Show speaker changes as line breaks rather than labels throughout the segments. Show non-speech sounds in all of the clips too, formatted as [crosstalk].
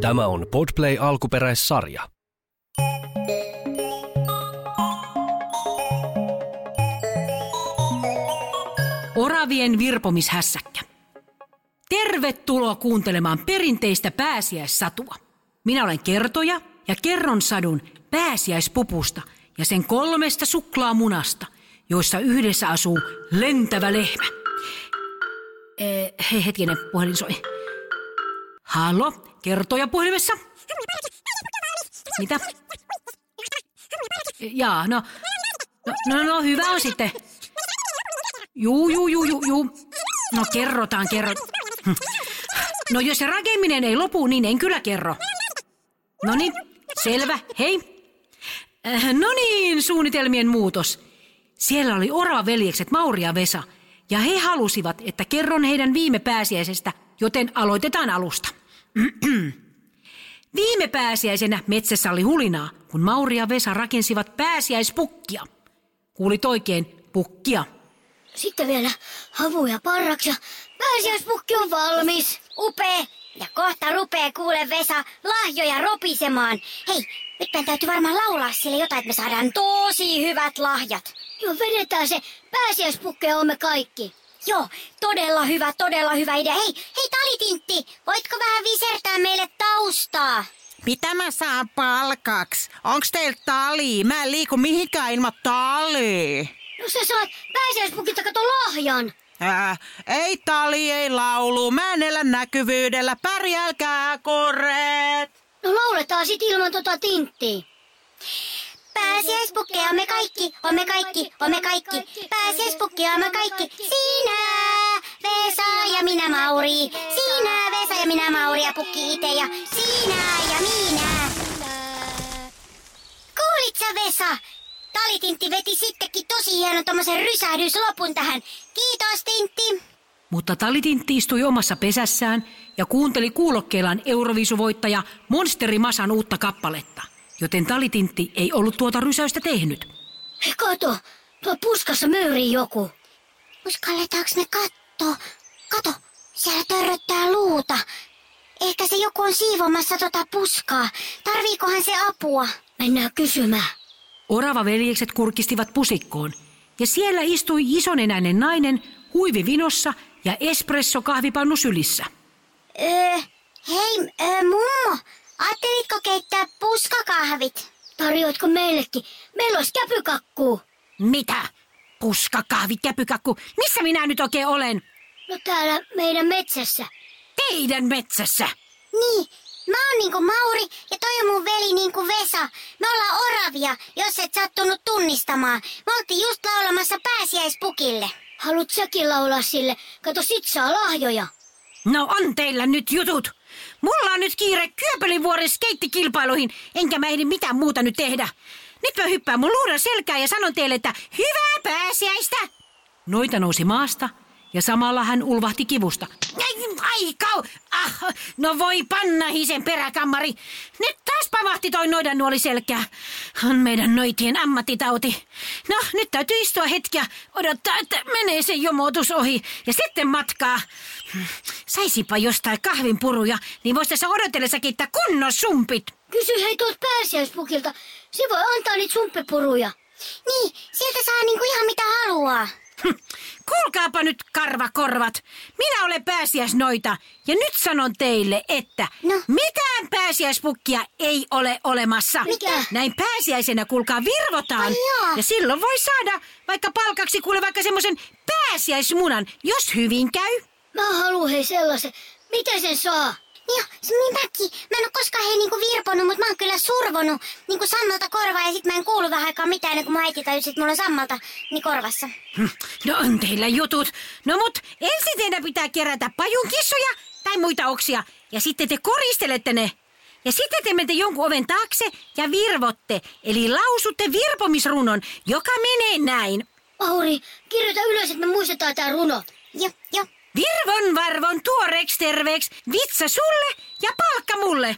Tämä on Podplay alkuperäissarja.
Oravien virpomishässäkkä. Tervetuloa kuuntelemaan perinteistä pääsiäissatua. Minä olen kertoja ja kerron sadun pääsiäispupusta ja sen kolmesta suklaamunasta, joissa yhdessä asuu lentävä lehmä. Ee, he, hetkinen, puhelin soi. Halo, kertoja puhelimessa? Mitä? Jaa, no, no, no, no hyvä on sitten. Juu, juu, juu, juu, juu. No kerrotaan, kerro. Hm. No jos se rakeminen ei lopu, niin en kyllä kerro. No niin, selvä, hei. Äh, No niin, suunnitelmien muutos. Siellä oli oravaveljekset Mauri ja Vesa, ja he halusivat, että kerron heidän viime pääsiäisestä, joten aloitetaan alusta. [clears throat] Viime pääsiäisenä metsässä oli hulinaa, kun Mauri ja Vesa rakensivat pääsiäispukkia. Kuulit oikein, pukkia.
Sitten vielä havu ja parraks ja pääsiäispukki on valmis.
Upee! Ja kohta rupee kuule Vesa lahjoja ropisemaan. Hei, nyt meidän täytyy varmaan laulaa sille jotain, että me saadaan tosi hyvät lahjat.
Joo, vedetään se pääsiäispukkeja omme kaikki.
Joo, todella hyvä, todella hyvä idea. Hei, hei Talitintti, voitko vähän visertää meille taustaa?
Mitä mä saan palkaksi? Onks teillä tali? Mä en liiku mihinkään ilman tali.
No sä saat pääsiäispukilta kato lahjan.
Ää, Äh, ei tali, ei laulu. Mä en elä näkyvyydellä. Pärjälkää koreet.
No lauletaan sit ilman tota tinttiä.
Pääsiäispukkeja me kaikki, on me kaikki, on me kaikki. Pääsiäispukkeja me kaikki. Sinä, Vesa ja minä Mauri. Sinä, Vesa ja minä Mauri ja pukki ite ja sinä ja minä. Kuulit sä Vesa? Talitintti veti sittenkin tosi hienon tommosen rysähdyslopun tähän. Kiitos Tintti.
Mutta Talitintti istui omassa pesässään ja kuunteli kuulokkeellaan Euroviisuvoittaja Monsteri Masan uutta kappaletta. Joten Talitintti ei ollut tuota rysäystä tehnyt.
Hei kato, tuo puskassa möyrii joku.
Uskalletaanko me kattoo? Kato, siellä törröttää luuta. Ehkä se joku on siivomassa tota puskaa. Tarviikohan se apua?
Mennään kysymään.
Orava veljekset kurkistivat pusikkoon. Ja siellä istui isonenäinen nainen huivi vinossa ja espresso kahvipannu sylissä.
Öö, hei, öö, mummo, ajattelitko keittää puskakahvit?
Tarjoatko meillekin? Meillä olisi käpykakkuu.
Mitä? Puska kahvi käpykakku. Missä minä nyt oikein olen?
No täällä meidän metsässä.
Teidän metsässä.
Niin, mä oon niinku Mauri ja toi on mun veli niinku Vesa. Me ollaan oravia, jos et sattunut tunnistamaan. Me oltiin just laulamassa pääsiäispukille.
Haluat säkin laulaa sille? Kato, sit saa lahjoja.
No on teillä nyt jutut. Mulla on nyt kiire Kyöpelin vuoren skeittikilpailuihin, enkä mä ehdi mitään muuta nyt tehdä. Nyt mä hyppään mun luudan selkään ja sanon teille, että hyvää pääsiäistä! Noita nousi maasta ja samalla hän ulvahti kivusta. Ai, ai kau! Ah, no voi panna hisen peräkammari. Nyt taas pamahti toi noidan nuoli selkää. On meidän noitien ammattitauti. No, nyt täytyy istua hetkiä, odottaa, että menee se jomotus ohi ja sitten matkaa. Hmm, Saisipa jostain kahvin puruja, niin vois tässä odotellessa keittää kunnon sumpit.
Kysy hei tuolta pääsiäispukilta. Se voi antaa niitä sumppipuruja.
Niin, sieltä saa niinku ihan mitä haluaa.
Hm, Kuulkaapa nyt karvakorvat. Minä olen pääsiäisnoita ja nyt sanon teille, että
No?
mitään pääsiäispukkia ei ole olemassa.
Mitä?
Näin pääsiäisenä kuulkaa virvotaan.
Ai jaa.
ja silloin voi saada vaikka palkaksi kuule vaikka semmoisen pääsiäismunan, jos hyvin käy.
Mä haluan hei sellaisen. Miten sen saa?
Joo, se minäkin. Mä en oo koskaan hei niinku virponut, mutta mä oon kyllä survonut niinku sammalta korvaa ja sit mä en kuulu vähän aikaa mitään, ennen kuin mun äiti tajusi, että mulla on sammalta niin korvassa.
Hm, No on teillä jutut. No mut ensin teidän pitää kerätä pajun kissuja tai muita oksia ja sitten te koristelette ne. Ja sitten te menette jonkun oven taakse ja virvotte, eli lausutte virpomisrunon, joka menee näin.
Mauri, kirjoita ylös, että me muistetaan tää runo.
Joo, joo.
Virvon varvon tuoreeks terveeks, vitsa sulle ja palkka mulle.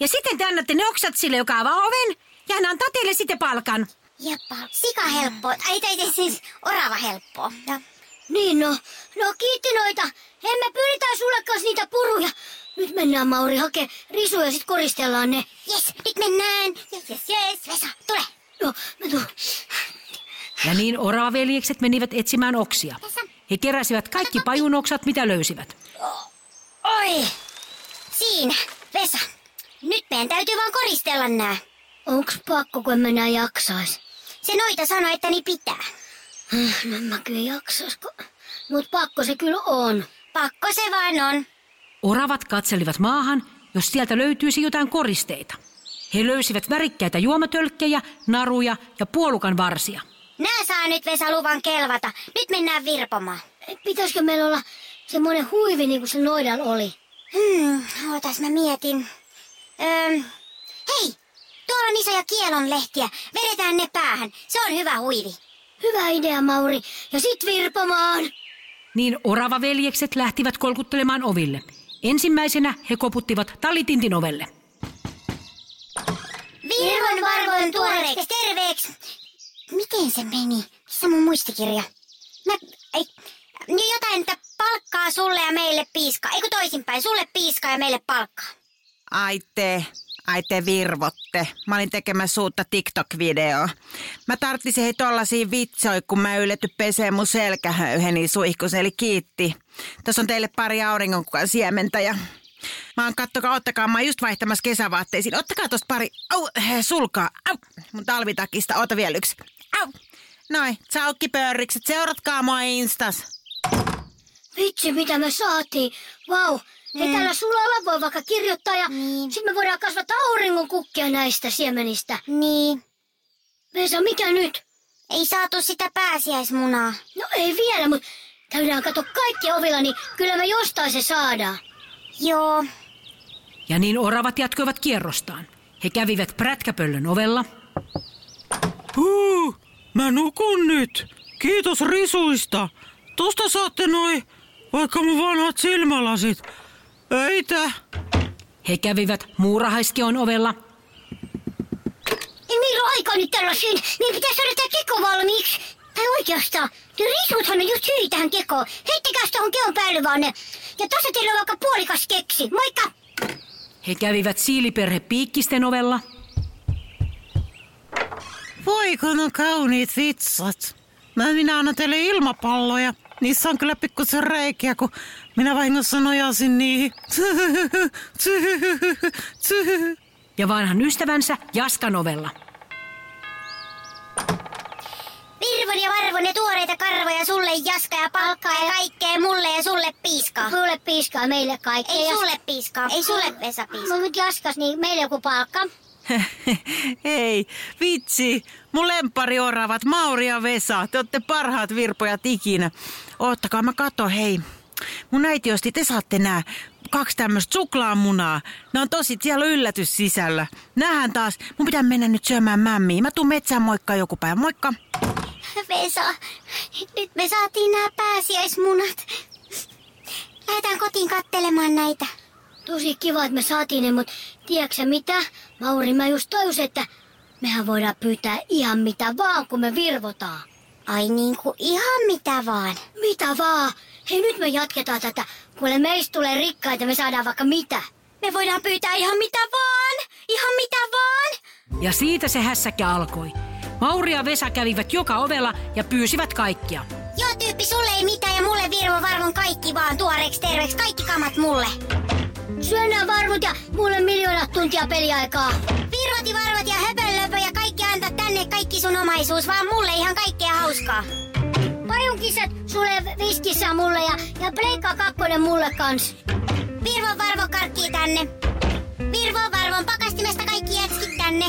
Ja sitten te annatte ne oksat sille, joka avaa oven, ja hän antaa teille sitten palkan.
Jeppa, sika helppoa. Ai, tai tai siis orava helppoa. Ja.
Niin no, no kiitti noita. Emme pyritä sullekaan niitä puruja. Nyt mennään Mauri hakee risu ja sit koristellaan ne.
Jes, nyt mennään. Jes, jes, jes. Vesa, tule.
Joo, No, mä tuun.
Ja niin oravaveljekset menivät etsimään oksia.
Tässä.
He keräsivät kaikki pajunoksat, mitä löysivät.
Oi. Siinä. Vesa. Nyt meidän täytyy vaan koristella nää.
Onks pakko, kun en mä enää jaksais?
Se noita sanoi, että niin pitää.
Äh, No en mä kyllä jaksais, kun... Mut pakko se kyllä on.
Pakko se vaan on.
Oravat katselivat maahan, jos sieltä löytyisi jotain koristeita. He löysivät värikkäitä juomatölkkejä, naruja ja puolukan varsia.
Nää saa nyt Vesa luvan kelvata. Nyt mennään virpomaan.
Ei, Pitäisikö meillä olla semmonen huivi niin kuin se noidan oli?
Hmm, ootas mä mietin. Öm, hei, tuolla on isoja kielon lehtiä. Vedetään ne päähän. Se on hyvä huivi.
Hyvä idea, Mauri. Ja sit virpomaan.
Niin oravaveljekset lähtivät kolkuttelemaan oville. Ensimmäisenä he koputtivat talitintin ovelle.
Virvon varvoin tuoreeksi, terveeksi. Miten se meni? Missä mun muistikirja? Mä, ei, niin jotain, että palkkaa sulle ja meille piiskaa. Eikö toisinpäin, sulle piiskaa ja meille palkkaa.
Ai te, ai te virvotte. Mä olin tekemässä uutta TikTok-videoa. Mä tarttisin hei tollasia vitsoi, kun mä ylety pesee mun selkähöyheni suihkus, eli kiitti. Tässä on teille pari auringonkukan siementä ja... Mä oon, kattokaa, ottakaa, mä oon just vaihtamassa kesävaatteisiin. Ottakaa tosta pari, au, he, sulkaa, au, mun talvitakista, ota vielä yksi, au. Noin, tsaukkipörrikset, seuratkaa mua instas.
Vitsi, mitä me saatiin. Vau. Wow. Mm. tällä sulalla voi vaikka kirjoittaa ja
Niin.
niin. sitten me voidaan kasvattaa auringon kukkia näistä siemenistä.
Niin,
Vesa, mikä nyt?
ei saatu sitä pääsiäismunaa.
No ei vielä, mutta käydään kato kaikki ovilla, niin kyllä me jostain se saadaan.
Joo,
Ja niin oravat jatkoivat kierrostaan. He kävivät prätkäpöllön ovella,
Huu, mä nukun nyt. Kiitos risuista. Tosta saatte noi, vaikka mun vanhat silmälasit. Eitä.
he kävivät muurahaiskeon ovella
Ei Niin meillä ole aikaa nyt tällaisiin. Meidän pitää saada tämä keko valmiiksi. Tai oikeastaan, ne risuthan on just syy tähän kekoon. Heittäkää tuohon keon päälle vaan ne. Ja tossa teillä on vaikka puolikas keksi. Moikka!
He kävivät siiliperhe Piikkisten ovella,
Voi kun on kauniit vitsat. Mä minä annan teille ilmapalloja. Niissä on kyllä pikkusen reikiä, kun minä vahingossa nojasin niihin. [laughs]
ja vanhan ystävänsä Jaskan ovella.
Virvon ja varvon ja tuoreita karvoja sulle jaska ja palkkaa ja kaikkea mulle ja sulle piiskaa.
Sulle piiskaa meille kaikki.
Ei sulle piiskaa, ei sulle Vesa piiskaa.
Mä nyt jaskas, niin meille joku palkka.
[laughs] Hei, vitsi. Mun lempari oravat, Mauri ja Vesa. Te olette parhaat virpojat ikinä. Oottakaa, mä kato, hei. Mun äiti osti, te saatte nää kaksi tämmöistä suklaamunaa. Nää on tosi, siellä on yllätys sisällä. Nähän taas, mun pitää mennä nyt syömään mämmiä. Mä tuun metsään moikkaa joku päivä, moikka.
Vesa, nyt me saatiin nämä pääsiäismunat. Lähdetään kotiin kattelemaan näitä.
Tosi kiva, että me saatiin ne, mutta tiedätkö sä mitä? Mauri, mä just tajusin, että mehän voidaan pyytää ihan mitä vaan, kun me virvotaan.
Ai niin kuin ihan mitä vaan.
Mitä vaan? Hei, nyt me jatketaan tätä. Kuule, meistä tulee rikkaita, me saadaan vaikka mitä.
Me voidaan pyytää ihan mitä vaan. Ihan mitä vaan.
Ja siitä se hässäkkä alkoi. Mauri ja Vesa kävivät joka ovella ja pyysivät kaikkia.
Joo tyyppi, sulle ei mitään ja mulle Virvo varvon kaikki vaan tuoreeksi terveeksi. Kaikki kamat mulle.
Syönnään varmut ja mulle miljoona tuntia peliaikaa.
Virvoti varvot ja höpölöpö ja kaikki anta tänne kaikki sun omaisuus, vaan mulle ihan kaikkea hauskaa.
Pajunkisat sulle viskissä mulle ja, ja pleikka kakkonen mulle kans.
Virvon varvo karkkii tänne. Virvon varvon pakastimesta kaikki jätskit tänne.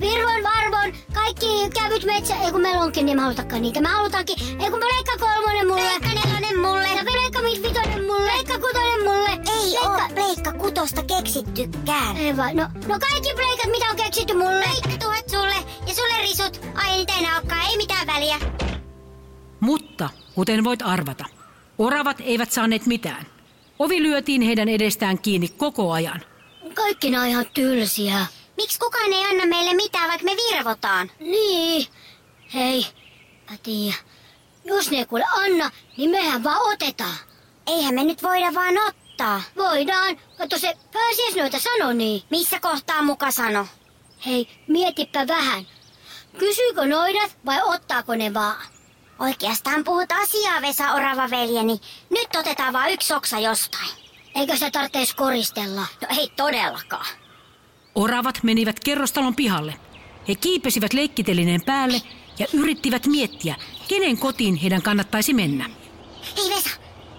Virvon, varvon, kaikki kävyt metsä. Ei kun meillä onkin, niin mä halutakaan niitä. Mä halutaankin. Ei kun pleikka kolmonen mulle.
Leikka nelonen mulle.
Ja pleikka vitonen mulle. Pleikka kutonen mulle.
Ei
Pleikka-
oo pleikka kutosta keksittykään.
Ei vaan, no, no kaikki pleikat, mitä on keksitty mulle.
Pleikka tuhat sulle ja sulle risut. Ai niitä enää olekaan, ei mitään väliä.
Mutta, kuten voit arvata, oravat eivät saaneet mitään. Ovi lyötiin heidän edestään kiinni koko ajan.
Kaikki nämä on ihan tylsiä.
Miksi kukaan ei anna meille mitään, vaikka me virvotaan?
Niin. Hei, mä tiedän. Jos ne ei kuule anna, niin mehän vaan otetaan.
Eihän me nyt voida vaan ottaa. ottaa.
Voidaan. Kato se pääsiäisnoita sano niin.
Missä kohtaa muka sano?
Hei, mietipä vähän. Kysyykö noidat vai ottaako ne vaan?
Oikeastaan puhut asiaa, Vesa Orava veljeni. Nyt otetaan vaan yksi oksa jostain.
Eikö se tarvitsisi koristella?
No ei todellakaan.
Oravat menivät kerrostalon pihalle. He kiipesivät leikkitelineen päälle ja yrittivät miettiä, kenen kotiin heidän kannattaisi mennä.
Hei Vesa,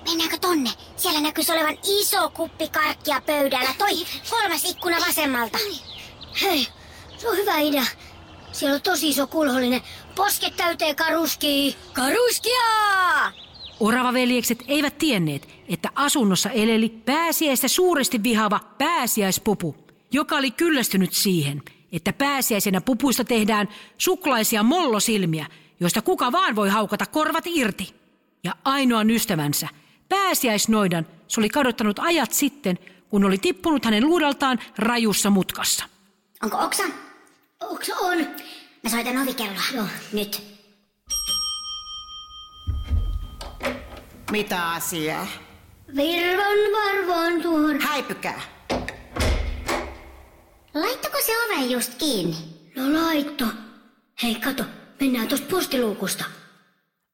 mennäänkö tonne? Siellä näkyisi olevan iso kuppi karkkia pöydällä. Toi kolmas ikkuna vasemmalta.
Hei, se on hyvä idea. Siellä on tosi iso kulhollinen. Posket täyteen karuskii.
Karuskia!
Oravaveljekset eivät tienneet, että asunnossa eleli pääsiäistä suuresti vihaava pääsiäispupu, joka oli kyllästynyt siihen, että pääsiäisenä pupuista tehdään suklaisia mollosilmiä, joista kuka vaan voi haukata korvat irti. Ja ainoan ystävänsä, pääsiäisnoidan, se oli kadottanut ajat sitten, kun oli tippunut hänen luudaltaan rajussa mutkassa.
Onko oksa?
Onks on?
Mä soitan ovikelloa. Joo. Nyt.
Mitä asiaa?
Virvan varvon tuon.
Häipykää.
Laittako se oven just kiinni?
No laitto. Hei, kato. Mennään tuosta postiluukusta.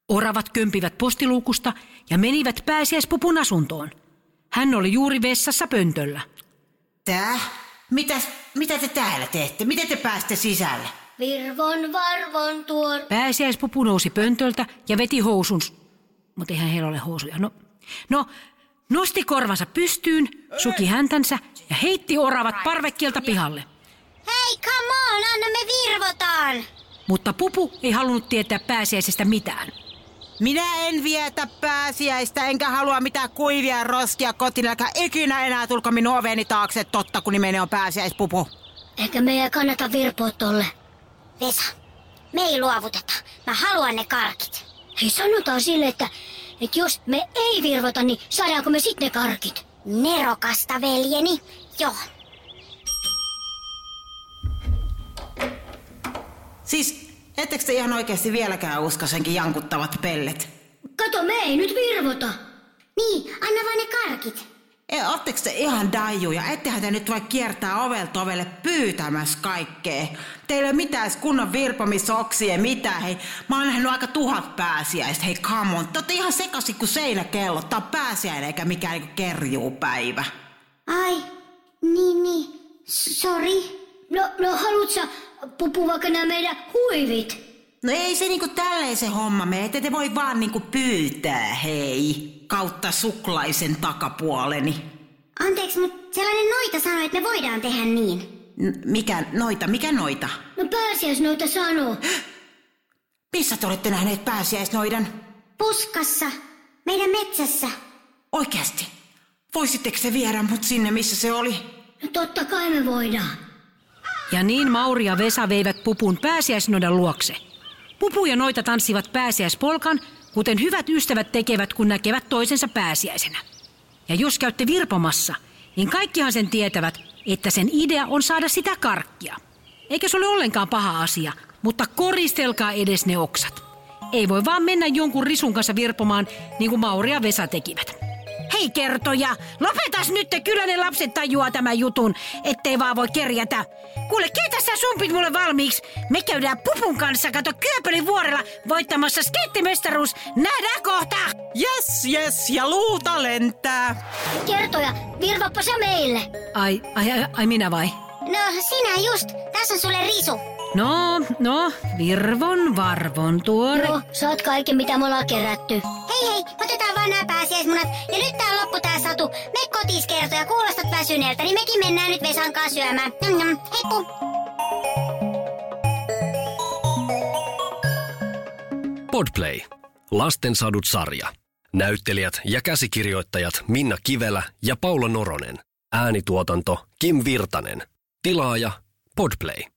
Oravat kömpivät postiluukusta ja menivät pääsiäispupun asuntoon. Hän oli juuri vessassa pöntöllä.
Tää? Mitä, mitä te täällä teette? Miten te pääste sisälle?
Virvon varvon tuon.
Pääsiäispupu nousi pöntöltä ja veti housun. Mutta eihän heillä ole housuja. No, no nosti korvansa pystyyn, suki häntänsä ja heitti oravat parvekkeelta pihalle.
Hei, come on, anna me virvotaan.
Mutta pupu ei halunnut tietää pääsiäisestä mitään.
Minä en vietä pääsiäistä, enkä halua mitään kuivia roskia kotiin, eikä ikinä enää tulko minun oveni taakse, totta kun nimeni on pääsiäispupu.
Eikä meidän kannata virpoa tolle.
Vesa, me ei luovuteta. Mä haluan ne karkit.
Hei, sanotaan sille, että, että jos me ei virvota, niin saadaanko me sitten ne karkit?
Nerokasta, veljeni. Joo.
Siis, ettekö te ihan oikeasti vieläkään usko senkin jankuttavat pellet?
Kato, me ei nyt virvota.
Niin, anna vaan ne karkit.
E, ootteko te ihan daijuja? Ettehän te nyt voi kiertää ovelta ovelle pyytämässä kaikkea. Teillä ei ole mitään edes kunnon virpomisoksia, mitään. Hei, mä oon nähnyt aika tuhat pääsiäistä. Hei, come on. Te ootte ihan sekaisin kuin seinäkello. Tää on pääsiäinen eikä mikään niinku kerjuupäivä.
Ai, niin, niin. Sori.
No, no haluut sä pupu vaikka nämä meidän huivit?
No ei se niinku tälleen se homma mene, ette te voi vaan niinku pyytää, hei. Kautta suklaisen takapuoleni.
Anteeksi, mutta sellainen noita sanoi, että me voidaan tehdä niin.
N- mikä noita, mikä noita?
No pääsiäis noita sanoo.
Missä te olette nähneet pääsiäisnoidan?
Puskassa, meidän metsässä.
Oikeasti? Voisitteko se viedä mut sinne, missä se oli?
No totta kai me voidaan.
Ja niin Mauri ja Vesa veivät pupun pääsiäisnoidan luokse. Pupu ja noita tanssivat pääsiäispolkan, kuten hyvät ystävät tekevät, kun näkevät toisensa pääsiäisenä. Ja jos käytte virpomassa, niin kaikkihan sen tietävät, että sen idea on saada sitä karkkia. Eikä se ole ollenkaan paha asia, mutta koristelkaa edes ne oksat. Ei voi vaan mennä jonkun risun kanssa virpomaan, niin kuin Mauri ja Vesa tekivät. Hei kertoja, lopetas nyt, te kyllä ne lapset tajuaa tämän jutun, ettei vaan voi kerjätä. Kuule, keitä sä sumpit mulle valmiiksi? Me käydään Pupun kanssa, kato Kyöpelin vuorella voittamassa skeittimestaruus. Nähdään kohta!
Jes, jes, ja luuta lentää.
Kertoja, virvappa sä meille.
Ai, ai, ai, ai minä vai?
No, sinä just. Tässä on sulle risu.
No, no, virvon varvon tuore.
No, saat kaiken mitä me ollaan kerätty.
Hei hei, otetaan vaan nämä pääsiäismunat. Ja nyt tää on loppu tää satu. Me kotis kertoo ja kuulostat väsyneeltä, niin mekin mennään nyt Vesan kanssa syömään. Njam, njam. Heippu!
Podplay. Lasten sadut sarja. Näyttelijät ja käsikirjoittajat Minna Kivelä ja Paula Noronen. Äänituotanto Kim Virtanen. Tilaaja Podplay.